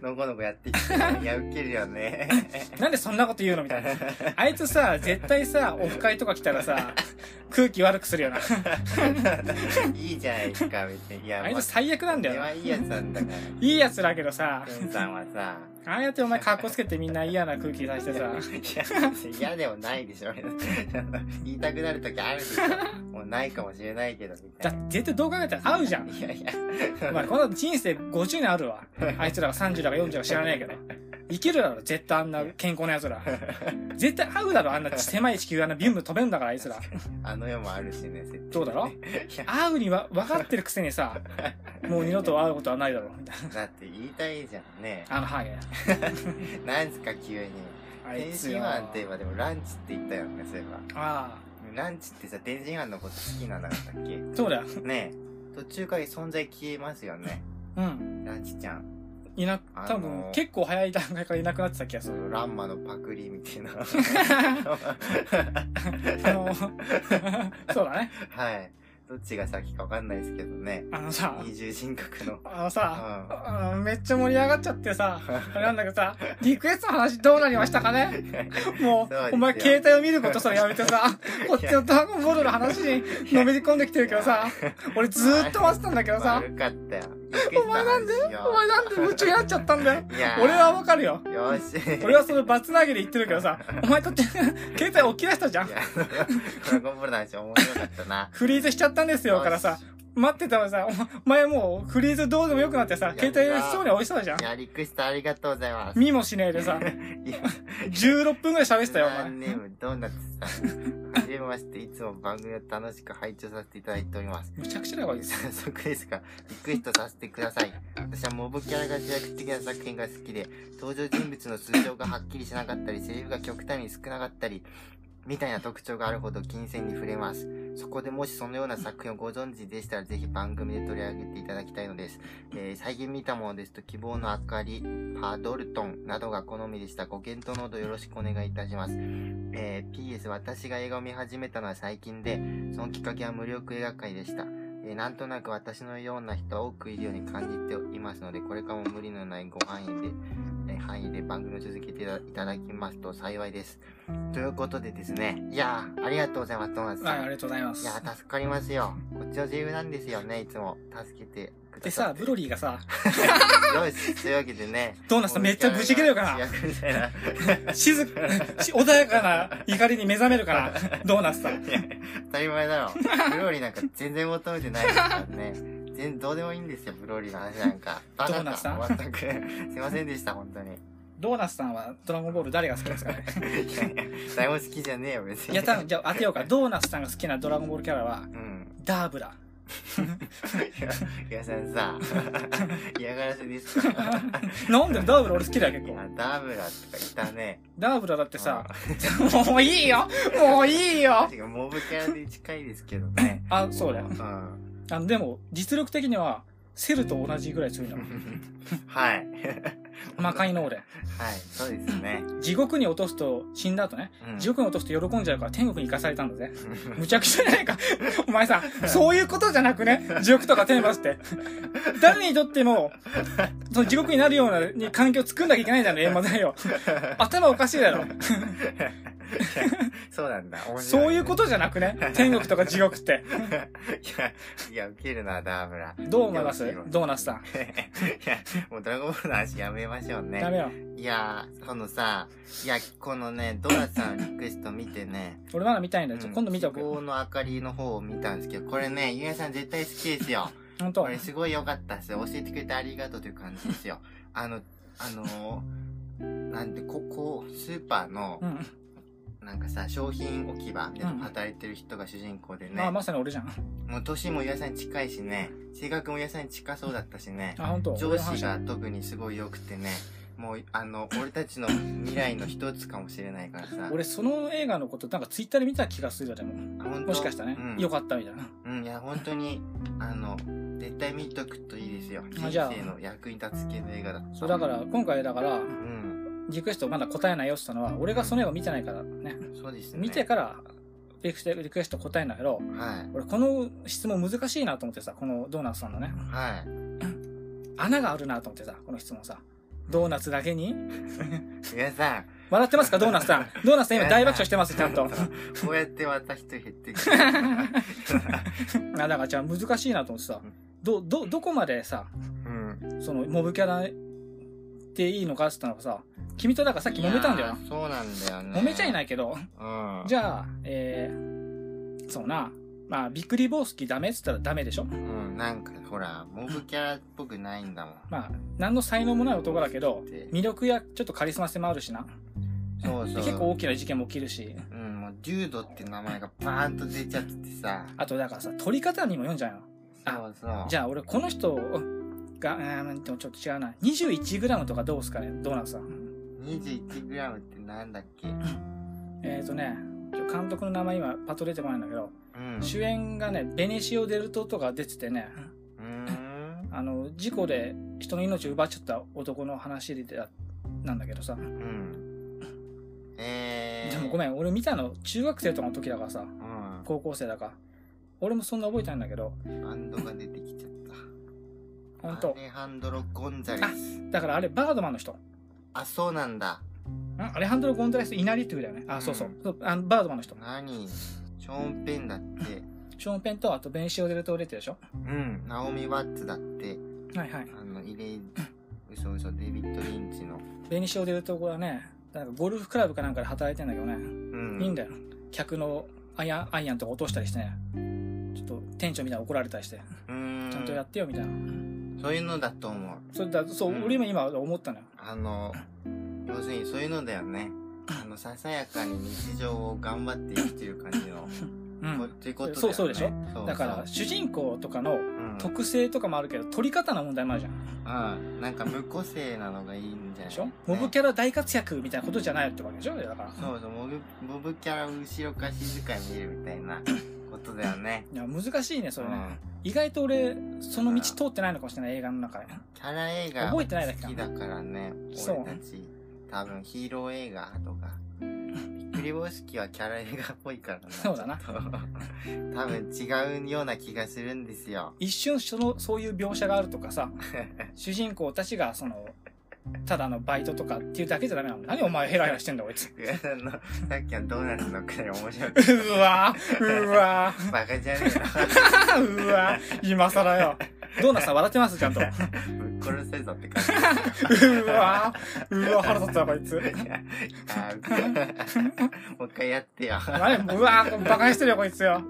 [SPEAKER 1] な。
[SPEAKER 2] のこのこやってきて、いや、ウケるよね。
[SPEAKER 1] なんでそんなこと言うのみたいな。あいつさ、絶対さ、オフ会とか来たらさ、空気悪くするよ な。
[SPEAKER 2] いいじゃないですか、別に。いや、
[SPEAKER 1] あいつ
[SPEAKER 2] ま
[SPEAKER 1] 最悪なんだ
[SPEAKER 2] あ、
[SPEAKER 1] よ
[SPEAKER 2] 俺
[SPEAKER 1] な。
[SPEAKER 2] はいいいやつなんだか
[SPEAKER 1] いやつだけどさ
[SPEAKER 2] ら。、ケンさんはさ、
[SPEAKER 1] ああやってお前格好つけてみんな嫌な空気出してさ、
[SPEAKER 2] いや嫌でもないでしょ 言いたくなる時あるでしょもうないかもしれないけどみた
[SPEAKER 1] だ
[SPEAKER 2] いな
[SPEAKER 1] 絶対どう考えたら合うじゃん。
[SPEAKER 2] いやいや
[SPEAKER 1] まあこの人生50年あるわ。あいつらが30だか40だか知らないけど。いけるだろ、絶対あんな健康な奴ら。絶対合うだろ、あんな狭い地球あんなビュンビュン飛べんだから、あいつら。
[SPEAKER 2] あの世もあるしね、絶対ね
[SPEAKER 1] そうだろ
[SPEAKER 2] いや、
[SPEAKER 1] 合うには分かってるくせにさ、もう二度と会うことはないだろ、みたい
[SPEAKER 2] だって言いたいじゃんね。
[SPEAKER 1] な。あのハゲ。
[SPEAKER 2] なんすか、急に。
[SPEAKER 1] あい
[SPEAKER 2] 天
[SPEAKER 1] つ
[SPEAKER 2] 津
[SPEAKER 1] よ。
[SPEAKER 2] 飯
[SPEAKER 1] あ
[SPEAKER 2] って言えば、でもランチって言ったよね、そういえば。
[SPEAKER 1] あ、
[SPEAKER 2] ランチってさ、天津飯のこと好きなんだったっ け
[SPEAKER 1] そうだよ。
[SPEAKER 2] ねえ。途中から存在消えますよね。
[SPEAKER 1] うん。
[SPEAKER 2] ランチちゃん。
[SPEAKER 1] いな、多
[SPEAKER 2] あの
[SPEAKER 1] 分
[SPEAKER 2] ー
[SPEAKER 1] 結構早い段階からいなくなってた気がす
[SPEAKER 2] そ
[SPEAKER 1] る。
[SPEAKER 2] のランマのパクリみたいな。
[SPEAKER 1] あのー そうだね。
[SPEAKER 2] はい。どっちが先かわかんないですけどね。
[SPEAKER 1] あのさ、
[SPEAKER 2] 二重人格の。
[SPEAKER 1] あのさ、あのめっちゃ盛り上がっちゃってさ、あれなんだけどさ、リクエストの話どうなりましたかね もう
[SPEAKER 2] そうですよ、
[SPEAKER 1] お前携帯を見ることさ、やめて さ、こっちのドラゴンボールの話にのめり込んできてるけどさ、俺ずーっと待ってたんだけどさ、
[SPEAKER 2] 悪かったよ。
[SPEAKER 1] お前なんで お前なんで夢中になっちゃったんだよ。
[SPEAKER 2] いやー
[SPEAKER 1] 俺はわかるよ。
[SPEAKER 2] よーし。
[SPEAKER 1] 俺はそのバツ投げで言ってるけどさ、お前だって携帯起き出したじゃん
[SPEAKER 2] い。や、 ドラゴンボールの話面白かったな。
[SPEAKER 1] フリーズしちゃったんですよからさ、待ってたらさ、お前もうフリーズどうでもよくなってさ、携帯しそうに置いてたじゃん
[SPEAKER 2] い。や、リクエストありがとうございます。
[SPEAKER 1] 見もしねえでさ、
[SPEAKER 2] いや、
[SPEAKER 1] 16分ぐらい喋ってたよ、お
[SPEAKER 2] ラン
[SPEAKER 1] 前。
[SPEAKER 2] ネームドーナツさん。はじめまして、いつも番組を楽しく拝聴させていただいております。
[SPEAKER 1] むちゃくちゃだよ、こいつ。
[SPEAKER 2] 早速ですが、リクエストさせてください。私はモブキャラが主役的な作品が好きで、登場人物の素性がはっきりしなかったり、セリフが極端に少なかったり、みたいな特徴があるほど金銭に触れます。そこでもしそのような作品をご存知でしたら、ぜひ番組で取り上げていただきたいのです。えー最近見たものですと、希望の明かり、パドルトンなどが好みでした。ご検討のほどよろしくお願いいたします。えー PS、私が映画を見始めたのは最近で、そのきっかけは無力映画界でした。えーなんとなく私のような人は多くいるように感じていますので、これからも無理のないご範囲で、えー範囲で番組を続けていたいただきますと幸いです。ということでですね、いやー、ありがとうございます、トマス
[SPEAKER 1] は
[SPEAKER 2] さ
[SPEAKER 1] い、あ
[SPEAKER 2] ん。
[SPEAKER 1] りがとうございま
[SPEAKER 2] い
[SPEAKER 1] す。
[SPEAKER 2] やー、助かりますよ。こっちの自由なんですよね、いつも。助けてく
[SPEAKER 1] で
[SPEAKER 2] ださ
[SPEAKER 1] さ
[SPEAKER 2] っ、て。
[SPEAKER 1] ブロリーがさ、
[SPEAKER 2] よし、というわけでね。
[SPEAKER 1] ドーナツさんめっちゃブチ切れるから
[SPEAKER 2] 主役みたいな。
[SPEAKER 1] 静か、し穏やかな怒りに目覚めるから、ドーナツさん。
[SPEAKER 2] いや当たり前だろ。ブロリーなんか全然求めてないですからね。全然どうでもいいんですよ、ブロリーの話なんか。バ
[SPEAKER 1] どうな
[SPEAKER 2] カ
[SPEAKER 1] んさ
[SPEAKER 2] か。全く。すいませんでした、本当に。い
[SPEAKER 1] ドーナツさんはドラゴンボール誰が好きですか ね
[SPEAKER 2] やいや、誰も好きじゃねえよ、別に。
[SPEAKER 1] いや、多分、じゃあ当てようか。ドーナツさんが好きなドラゴンボールキャラは、
[SPEAKER 2] うん。
[SPEAKER 1] ダーブラ。
[SPEAKER 2] いや、いやさ んさ、嫌がらせですから。い
[SPEAKER 1] なんでダーブラ俺好きだよ、結構。
[SPEAKER 2] や、ダーブラとかいたね。
[SPEAKER 1] ダーブラだってさ、
[SPEAKER 2] うん、
[SPEAKER 1] もういいよもういいよ
[SPEAKER 2] 確かにモブキャラで近いですけどね。
[SPEAKER 1] あ、そうだよ
[SPEAKER 2] う。ん。
[SPEAKER 1] あの、でも、実力的には、セルと同じぐらい強いの。
[SPEAKER 2] はい。
[SPEAKER 1] 魔界の俺。
[SPEAKER 2] はい、そうですね。
[SPEAKER 1] 地獄に落とすと、死んだ後ね。
[SPEAKER 2] うん
[SPEAKER 1] 地獄に落とすと喜んじゃうから天国に行かされたんだぜ。むちゃくちゃじゃない か。お前さ、そういうことじゃなくね。地獄とか天罰っ て。誰にとっても、その地獄になるようなに環境を作んなきゃいけないじゃん、閻魔 大王。頭おかしいだろ。
[SPEAKER 2] そうなんだ。面白ね
[SPEAKER 1] そういうことじゃなくね。天国とか地獄って。
[SPEAKER 2] いや、いや、受けるな、ダーブラ。
[SPEAKER 1] どう思います
[SPEAKER 2] いや
[SPEAKER 1] ドーナツさん。
[SPEAKER 2] いや、もうドラゴンボールの話やめましょうね。
[SPEAKER 1] ダメよ。
[SPEAKER 2] いや、そのさ、いや、このね、ドラさんのリクエスト見てね、
[SPEAKER 1] 俺まだ見たいんだよ。ちょ
[SPEAKER 2] うん
[SPEAKER 1] 今度見ておく
[SPEAKER 2] 希
[SPEAKER 1] よ。
[SPEAKER 2] 望の明かりの方を見たんですけど、これね、ゆうやさん絶対好きですよ。
[SPEAKER 1] 本当
[SPEAKER 2] これすごい良かったですよ。教えてくれてありがとうという感じですよ。あの、あのーなんで、ここ、スーパーの
[SPEAKER 1] う、ん。
[SPEAKER 2] なんかさ、商品置き場で働いてる人が主人公でね。
[SPEAKER 1] まあ、まさに俺じゃん。
[SPEAKER 2] もう年も岩井さんに近いしね、性格も岩井さんに近そうだったしね、
[SPEAKER 1] あ、本当
[SPEAKER 2] 上司が特にすごい良くてね、もう、あの、俺たちの未来の一つかもしれないからさ。
[SPEAKER 1] 俺、その映画のこと、なんかツイッターで見た気がするよ、でも。もしかしたらね。よ
[SPEAKER 2] よか
[SPEAKER 1] かったみたいな。
[SPEAKER 2] うん、いや、本当に、あの、絶対見とくといいですよ。人
[SPEAKER 1] あじゃあ
[SPEAKER 2] 生の役に立つ系の映画だった。
[SPEAKER 1] そう、だから、今回だから、
[SPEAKER 2] うん、
[SPEAKER 1] リクエストまだ答えないよって言ったのは、俺がその映画見てないからね。
[SPEAKER 2] そうですね。
[SPEAKER 1] 見てから、リクエストリクエスト答えないけど、
[SPEAKER 2] はい。
[SPEAKER 1] 俺この質問難しいなと思ってさ、このドーナツさんのね。
[SPEAKER 2] は
[SPEAKER 1] 穴があるなと思ってさ、この質問さ。ドーナツだけに
[SPEAKER 2] い。皆さん、
[SPEAKER 1] 笑って ますかドーナツさん。ドーナツさん今大爆笑してます、ちゃ んと。
[SPEAKER 2] こうやってまた一人減ってく る。
[SPEAKER 1] あだからじゃあ難しいなと思ってさ、ど、ど、どこまでさ、
[SPEAKER 2] うん。
[SPEAKER 1] そのモブキャラっていいのかって言ったのがさ、君とだからさっき揉めたんだよ
[SPEAKER 2] いやーそうなんだ
[SPEAKER 1] な。
[SPEAKER 2] よね。。
[SPEAKER 1] 揉めちゃいないいけど、
[SPEAKER 2] うん。
[SPEAKER 1] じゃあ、えー、そうな、まあ、びっくりボウスキーダメっつったらダメでしょ
[SPEAKER 2] うん、なんかほら、モブキャラっぽくないんだもん。
[SPEAKER 1] まあ、何の才能もない男だけど、魅力やちょっとカリスマ性もあるしな。
[SPEAKER 2] そう
[SPEAKER 1] で
[SPEAKER 2] そう。
[SPEAKER 1] 結構大きな事件も起きるし、
[SPEAKER 2] うん、もう、デュードって名前がバーンと出ちゃっててさ。
[SPEAKER 1] あとだからさ、取り方にも読んじゃうよ。
[SPEAKER 2] そうそう。
[SPEAKER 1] じゃあ俺この人が、あーでもちょっと違うな。21g とかどうすかねどうなんすか
[SPEAKER 2] 21g ってなんだっけ
[SPEAKER 1] えっ、ー、とね、ちょ監督の名前今パッと出てこないんだけど、
[SPEAKER 2] うん。
[SPEAKER 1] 主演がね、ベネシオ・デルトとか出ててね、
[SPEAKER 2] うーん。
[SPEAKER 1] あの、事故で人の命を奪っちゃった男の話でだなんだけどさ。
[SPEAKER 2] うん。えー。
[SPEAKER 1] でもごめん、俺見たの中学生とかの時だからさ、
[SPEAKER 2] うん。
[SPEAKER 1] 高校生だから。俺もそんな覚えてないんだけど、
[SPEAKER 2] バンドが出てきちゃった。
[SPEAKER 1] ほんと
[SPEAKER 2] アレハンドロ・ゴンザレス。
[SPEAKER 1] だからあれバードマンの人。ん
[SPEAKER 2] あ、そうなんだ。
[SPEAKER 1] アレハンドロ・ゴンザレス・イナリっていうだよね。あ、そうそう
[SPEAKER 2] うん。
[SPEAKER 1] そうあのバードマンの人。
[SPEAKER 2] 何ショーン・ペンだって。
[SPEAKER 1] ショーン・ペンとあとベネシオ・デルト出てるでしょ
[SPEAKER 2] うん。ナオミ・ワッツだって。
[SPEAKER 1] はいはい。
[SPEAKER 2] あの、イレイ、嘘嘘、デビッド・リンチの。
[SPEAKER 1] ベニシオでいうとこはね、なんかゴルフクラブかなんかで働いてんだけどね、
[SPEAKER 2] うん。
[SPEAKER 1] いいん
[SPEAKER 2] だ
[SPEAKER 1] だよ。客のアイアン、アイアンとか落としたりしてね、ちょっと店長みたいな怒られたりして、
[SPEAKER 2] うーん。
[SPEAKER 1] ちゃんとやってよみたいな。
[SPEAKER 2] そういうのだと思う。
[SPEAKER 1] それだ、そう、
[SPEAKER 2] うん
[SPEAKER 1] 俺今今思ったのよ。
[SPEAKER 2] あの、要するにそういうのだよね。あの、ささやかに日常を頑張って生きてる感じの。
[SPEAKER 1] う
[SPEAKER 2] こ
[SPEAKER 1] ん。
[SPEAKER 2] っていうことだよ
[SPEAKER 1] そ
[SPEAKER 2] ね。
[SPEAKER 1] うそうでしょ
[SPEAKER 2] そうそう
[SPEAKER 1] だから、主人公とかの
[SPEAKER 2] うん。
[SPEAKER 1] 特性とかもあるけど、取り方の問題もあるじゃん。
[SPEAKER 2] うん。なんか無個性なのがいいんじゃない
[SPEAKER 1] でしょモブキ
[SPEAKER 2] ャ
[SPEAKER 1] ャラ大活躍みたいなことじゃないってわけでしょだから。
[SPEAKER 2] そうそう、モブ、モブキャラを後ろから静かに見るみたいなことだよね。
[SPEAKER 1] いや、難しいね、それ
[SPEAKER 2] う
[SPEAKER 1] ね
[SPEAKER 2] ん。
[SPEAKER 1] 意外と俺、その道通ってないのかもしれない、映画の中で。
[SPEAKER 2] キャラ映画
[SPEAKER 1] 覚
[SPEAKER 2] 好
[SPEAKER 1] えてないだけか
[SPEAKER 2] きだからね、
[SPEAKER 1] そう
[SPEAKER 2] 俺たち。多分ヒーロー映画と か。びっくりぼしきはキャラ映画っぽいからな。
[SPEAKER 1] そうだな
[SPEAKER 2] ちょっと。 多分違うような気がするんですよ。
[SPEAKER 1] 一瞬そのそういう描写があるとかさ主人公たちがそのただのバイトとかっていうだけじゃダメなの何お前ヘラヘラしてんだこい つ
[SPEAKER 2] いやあのさっきのドーナツのくだり面白い。
[SPEAKER 1] うわーうわ
[SPEAKER 2] バカじゃねえ
[SPEAKER 1] ーうわー今更よドーナツさん笑ってますちゃんとう
[SPEAKER 2] な。ぶっ殺せぞって感じ。
[SPEAKER 1] わーうわー腹立つわこいつ
[SPEAKER 2] いやあーもう一回やって よ。
[SPEAKER 1] あれうわーバカにしてるよこいつよ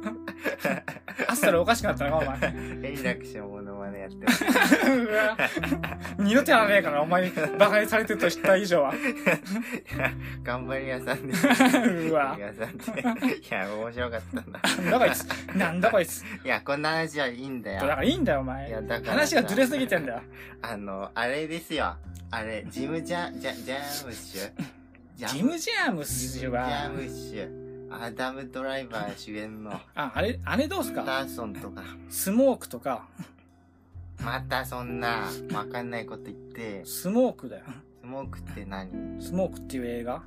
[SPEAKER 1] 朝らおかしくなったのかお前
[SPEAKER 2] 円楽師のモノマネやってます。
[SPEAKER 1] うわー二度とやらねえからお前バカにされてると知った以上は
[SPEAKER 2] 頑張り屋さんで。
[SPEAKER 1] うわ
[SPEAKER 2] 頑張り屋さんで。いや、面白かったな。
[SPEAKER 1] なんだこいつなんだこいつ
[SPEAKER 2] いや、こんな話はいいんだ
[SPEAKER 1] だか
[SPEAKER 2] よ。
[SPEAKER 1] らいいんだよお
[SPEAKER 2] い
[SPEAKER 1] 前
[SPEAKER 2] や、だから。
[SPEAKER 1] 話がずれすぎてんだよ。
[SPEAKER 2] あの、あれですよ。あれ、ジムジャ、ジャ、ジャムッシュジ
[SPEAKER 1] ジ
[SPEAKER 2] ム
[SPEAKER 1] ム・ジャームス
[SPEAKER 2] ジャ
[SPEAKER 1] は、
[SPEAKER 2] ムッシュ。アダムドライバー主演の、
[SPEAKER 1] あ、あれ、あれどうす
[SPEAKER 2] マ
[SPEAKER 1] か
[SPEAKER 2] ターソンとか、
[SPEAKER 1] スモークとか、
[SPEAKER 2] またそんな、わかんないこと言って、ス
[SPEAKER 1] スモークだよ。
[SPEAKER 2] モークって何
[SPEAKER 1] スモークっていう映画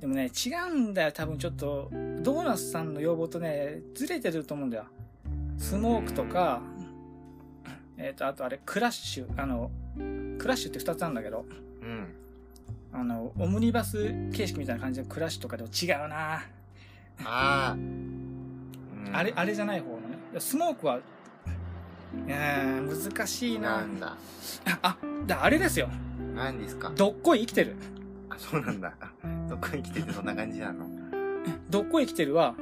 [SPEAKER 1] でもね、違うんだよ、多分ちょっと。ドーナツさんの要望とね、ずれてると思うんだよ。スモークとか、えっ、と、あとあれ、クラッシュ。あの、クラッシュって二つあるんだけど、
[SPEAKER 2] うん。
[SPEAKER 1] あの、オムニバス形式みたいな感じのクラッシュとかでも違うな、
[SPEAKER 2] ああ。うん
[SPEAKER 1] あれ、あれじゃない方のね。スモークは、えー、難しいな
[SPEAKER 2] なんだ。
[SPEAKER 1] あ、だ、あれですよ。
[SPEAKER 2] 何ですか
[SPEAKER 1] どっこい生きてる。
[SPEAKER 2] あ、そうなんだ。どこに来ててそんな感じなの
[SPEAKER 1] どっこい生きてるは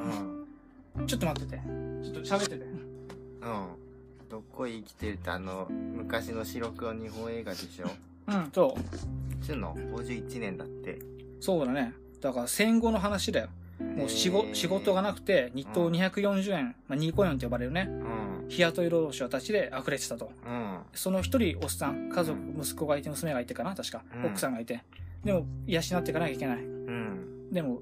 [SPEAKER 2] う、ん。
[SPEAKER 1] ちょっと待ってて。ちょっと喋ってて。
[SPEAKER 2] うん。どこへ生きてるってあの、昔の白黒日本映画でしょ
[SPEAKER 1] うん。そう。
[SPEAKER 2] つの51年だって。
[SPEAKER 1] そうだね。だから戦後の話だよ。もう仕事、仕事が
[SPEAKER 2] な。
[SPEAKER 1] なくて、日当
[SPEAKER 2] うん
[SPEAKER 1] 240円、まあ、ニコヨンって呼ばれるね
[SPEAKER 2] う。ん。
[SPEAKER 1] 日雇い労働者たちで溢れてたと。
[SPEAKER 2] うん。
[SPEAKER 1] その一人、おっさん、家族、息子がいて、娘がいてかな、確か
[SPEAKER 2] う。ん
[SPEAKER 1] 奥さんがいて。でも、養っていかなきゃいけない。
[SPEAKER 2] うん。
[SPEAKER 1] でも、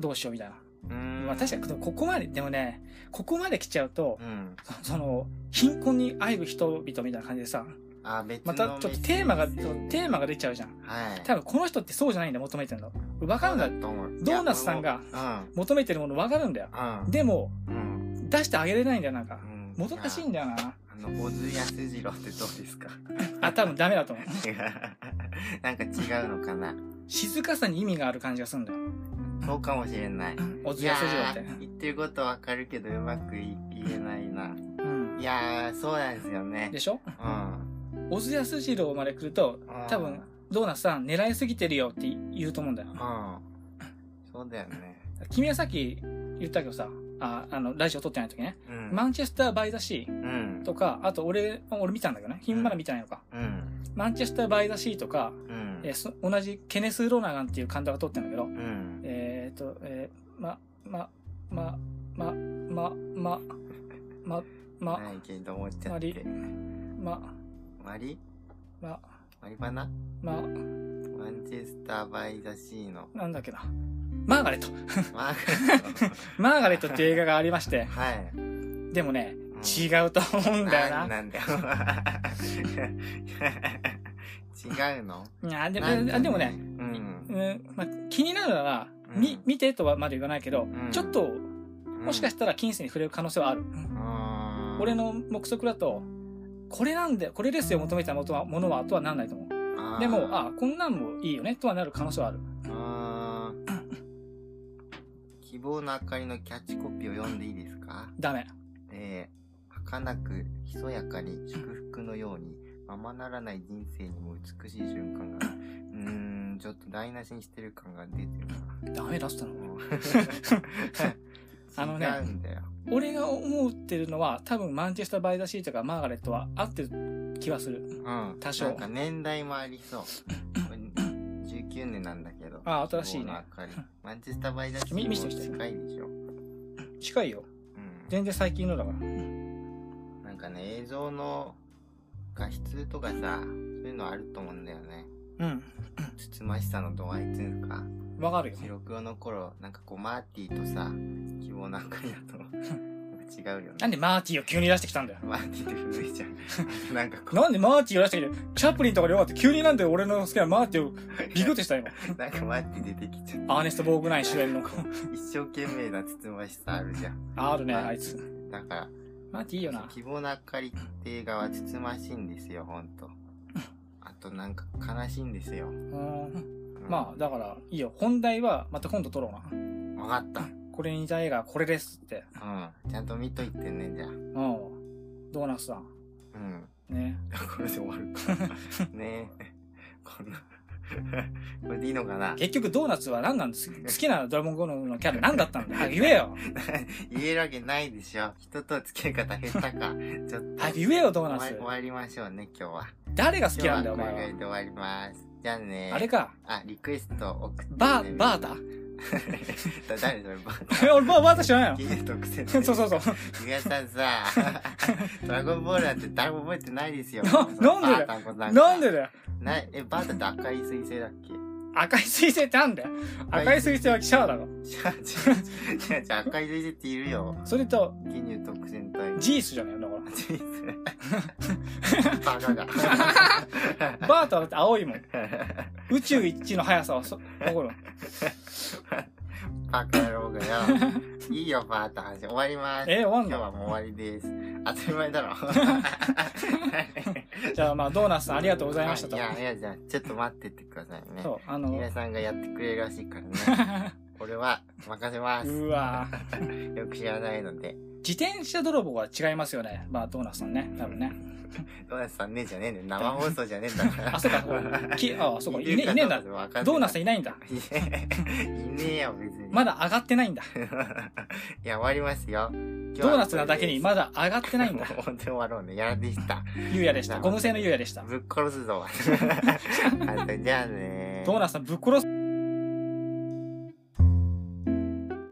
[SPEAKER 1] どうしようみたいな。
[SPEAKER 2] うん。
[SPEAKER 1] まあ確かに、でもここまで、でもね、ここまで来ちゃうと
[SPEAKER 2] う、ん。
[SPEAKER 1] そその、貧困にあえぐ人々みたいな感じでさ、
[SPEAKER 2] あ、別の
[SPEAKER 1] またちょっとテーマが、
[SPEAKER 2] メッセ
[SPEAKER 1] そ
[SPEAKER 2] ー
[SPEAKER 1] う
[SPEAKER 2] ジ
[SPEAKER 1] テーマが出ちゃうじゃん。
[SPEAKER 2] はい。
[SPEAKER 1] 多分この人ってそうじゃないんだよ、求めてるの。わかるんだ
[SPEAKER 2] そう。と思う。
[SPEAKER 1] ドーナツさんが
[SPEAKER 2] いや
[SPEAKER 1] 求めてるものわかるんだよ。
[SPEAKER 2] 僕も
[SPEAKER 1] でも、
[SPEAKER 2] うん。うん。
[SPEAKER 1] 出してあげれないんだよ、なんか。
[SPEAKER 2] うん。
[SPEAKER 1] もどかしいんだよな。
[SPEAKER 2] あの、小津安二郎ってどうですか
[SPEAKER 1] あ、多分ダメだと思う。
[SPEAKER 2] 違う。なんか違うのかな
[SPEAKER 1] 静かさに意味がある感じがするんだよ。
[SPEAKER 2] そうかもしれない。
[SPEAKER 1] おつやすじろっ
[SPEAKER 2] い
[SPEAKER 1] て
[SPEAKER 2] や。ー言ってることわかるけど、うまくい言えないな。
[SPEAKER 1] うん
[SPEAKER 2] い。やー、そうなんですよね
[SPEAKER 1] で。しょ
[SPEAKER 2] うん。
[SPEAKER 1] 小津安二郎まで来ると、多分、ドーナツさん狙いすぎてるよって言うと思うんだよ
[SPEAKER 2] う。ん。うん。そうだよね。
[SPEAKER 1] 君はさっき言ったけどさ、あ、あの、ラジオ撮ってない時ね。
[SPEAKER 2] うん。
[SPEAKER 1] マンチェスター・バイ・ザ・シ
[SPEAKER 2] うん
[SPEAKER 1] ー。とか、あと俺、俺見たんだけどね。ヒンマラ見てないのか。
[SPEAKER 2] うん。
[SPEAKER 1] マンチェスター・バイ・ザ・シーとか、
[SPEAKER 2] うん。
[SPEAKER 1] えーそ同じケネス・ロナガンっていう監督が撮ってるんだけど、
[SPEAKER 2] うん。
[SPEAKER 1] えっ、と、えー、ま、ま、ま、ま、ま、ま、ま、ま、
[SPEAKER 2] ないけど思っちゃっ
[SPEAKER 1] 割
[SPEAKER 2] て。
[SPEAKER 1] ま、
[SPEAKER 2] 割り
[SPEAKER 1] ま、
[SPEAKER 2] 割り花
[SPEAKER 1] ま、。
[SPEAKER 2] マンチェスター・バイ・ザ・シーの
[SPEAKER 1] なんだっけな。マーガレット。
[SPEAKER 2] マーガレッ
[SPEAKER 1] マーガレットっていう映画がありまして
[SPEAKER 2] ト。、はい。
[SPEAKER 1] でもね、
[SPEAKER 2] うん
[SPEAKER 1] 違うと思うんだよ
[SPEAKER 2] な
[SPEAKER 1] な。
[SPEAKER 2] なんだよ。 違うの
[SPEAKER 1] いやで
[SPEAKER 2] なんだ
[SPEAKER 1] あでもね、
[SPEAKER 2] うん。
[SPEAKER 1] うんまあ、気になるなら、
[SPEAKER 2] うん
[SPEAKER 1] み見てとはまで言わないけど、
[SPEAKER 2] ん
[SPEAKER 1] ちょっと、もしか
[SPEAKER 2] し
[SPEAKER 1] したら近世に触れる可能性はある。俺の目測だと、これなんで、これですよ、求めたものは、ものは、とはなんないと思う。でも、あ、こんなんもいいよね、とはなる可能性はある。
[SPEAKER 2] あ ー希望の明かりのキャッチコピーを読んでいいですか
[SPEAKER 1] ダメ。
[SPEAKER 2] えー、儚く、ひそやかに、祝福のように、ままならない人生にも美しい瞬間が、うーん、ちょっと台無しにしてる感が出てるな。
[SPEAKER 1] ダメ出したの。
[SPEAKER 2] もう
[SPEAKER 1] あのね
[SPEAKER 2] 違うんだよ。
[SPEAKER 1] 俺が思ってるのは、多分マンチェスター・バイ・ザ・シーとかマーガレットは合ってる気はする。
[SPEAKER 2] うん。
[SPEAKER 1] 多少
[SPEAKER 2] なんか年代もありそう。これ19年なんだけど。
[SPEAKER 1] あ新しいね
[SPEAKER 2] 希望の明かりマンチェスターバイダーシ
[SPEAKER 1] み見せてきて
[SPEAKER 2] 近いでしょ。う
[SPEAKER 1] 近いよ。
[SPEAKER 2] ん。
[SPEAKER 1] 全然最近のだから。
[SPEAKER 2] なんかね、映像の画質とかさ、そういうのあると思うんだよね。
[SPEAKER 1] うん。
[SPEAKER 2] つつましさの度合いっていうか、
[SPEAKER 1] わかるよ。
[SPEAKER 2] 録音の頃、なんかこう、マーティーとさ、希望の明かりだ と、なんか違うよね。
[SPEAKER 1] なんでマーティーを急に出してきたんだよ。
[SPEAKER 2] マーティーって古いじゃん。なんかこ
[SPEAKER 1] なんでマーティーを出してきて、チャップリンとかでよかった。急になんで俺の好きなマーティーを
[SPEAKER 2] う、
[SPEAKER 1] ビクッとした今。
[SPEAKER 2] なんかマーティー出てきちゃった。
[SPEAKER 1] アーネスト・ボーグナイン主演の。
[SPEAKER 2] 一生懸命なつつましさあるじゃん。
[SPEAKER 1] あるね、あいつ。
[SPEAKER 2] だから、
[SPEAKER 1] マーティーいいよな。
[SPEAKER 2] 希望の明かりって映画はつつましいんですよ、ほんと。あとなんか悲しいんですよ。
[SPEAKER 1] うん。まあ、だから、いいよ。本題は、また今度撮ろうな。
[SPEAKER 2] あ。わかった。
[SPEAKER 1] これに似た映画はこれですって。
[SPEAKER 2] うん。ちゃんと見といてね、じゃあ。う
[SPEAKER 1] うん。ドーナツさん。
[SPEAKER 2] ん。
[SPEAKER 1] ね。
[SPEAKER 2] これで終わる か。ねえ。こんな。 これでいいのかな
[SPEAKER 1] 結局ドーナツは何なんです好きなドラゴンゴーのキャラ何だったんだ早く言えよ
[SPEAKER 2] 言えるわけないでしょ。人と付き合い方減ったか。ちょっと。
[SPEAKER 1] 早く言えよドー
[SPEAKER 2] 終
[SPEAKER 1] ナ
[SPEAKER 2] わ
[SPEAKER 1] ツ
[SPEAKER 2] 終わりましょうね、今日は。
[SPEAKER 1] 誰が好きなんだよお
[SPEAKER 2] 今日はこれぐら
[SPEAKER 1] 前
[SPEAKER 2] いで終わります。じゃあね。
[SPEAKER 1] はあれか
[SPEAKER 2] あ、リクエスト送って、ね。
[SPEAKER 1] バー、バーだ
[SPEAKER 2] だ誰それ、バー。
[SPEAKER 1] え 俺バーバーだ知らない
[SPEAKER 2] 金融特選。
[SPEAKER 1] の そうそうそう。
[SPEAKER 2] ゆがさんさ、 ドラゴンボールなんて誰も覚えてないですよ。
[SPEAKER 1] ななんでだ
[SPEAKER 2] バータンコさんが
[SPEAKER 1] なんでだよ
[SPEAKER 2] なえ、バータって赤い彗星だっけ
[SPEAKER 1] 赤い彗星ってなんだよ赤い彗星はシャアだろ
[SPEAKER 2] 違う違う違う違う違う、赤い彗星っているよ。
[SPEAKER 1] それと
[SPEAKER 2] 金融特選隊。
[SPEAKER 1] ジースじゃないよだか
[SPEAKER 2] ジーズ。バカ が。
[SPEAKER 1] らバーターだって青いも ん宇宙一の速さはそ誇る
[SPEAKER 2] バカ野郎 がよ。いいよ、バータ話。終わります。
[SPEAKER 1] え終わん
[SPEAKER 2] 今日
[SPEAKER 1] の
[SPEAKER 2] はもう終わりです。当たり前だろ。
[SPEAKER 1] じゃあまあドーナ ツさんありがとうございましたと
[SPEAKER 2] いや、いや、じゃあ、ちょっと待っててくださいね。
[SPEAKER 1] そうあの
[SPEAKER 2] 皆さんがやってくれるらしいからね。 俺は任せます。
[SPEAKER 1] うわ
[SPEAKER 2] よく知らないので。
[SPEAKER 1] 自転車泥棒は違いますよねまあドーナツさんね多分ね
[SPEAKER 2] ドーナツさんねえじゃねえね生放送じゃねえんだから。
[SPEAKER 1] あそうかそうかきあそうかいねいねえんだ
[SPEAKER 2] だ
[SPEAKER 1] ドーナツさん
[SPEAKER 2] い
[SPEAKER 1] いないんだ
[SPEAKER 2] ねえ。いねえよ、別に。
[SPEAKER 1] ま。 だ上がってないんだ
[SPEAKER 2] いや、終わりますよ。
[SPEAKER 1] ドーナツなだけに
[SPEAKER 2] ま
[SPEAKER 1] まだ上がってない んだ
[SPEAKER 2] 本当に終わろうね。やらでした。
[SPEAKER 1] ゆうやでしたゴム製のゆうやでした
[SPEAKER 2] ぶっ殺すぞ。あんたじゃあね
[SPEAKER 1] ドーナツさんぶっ殺す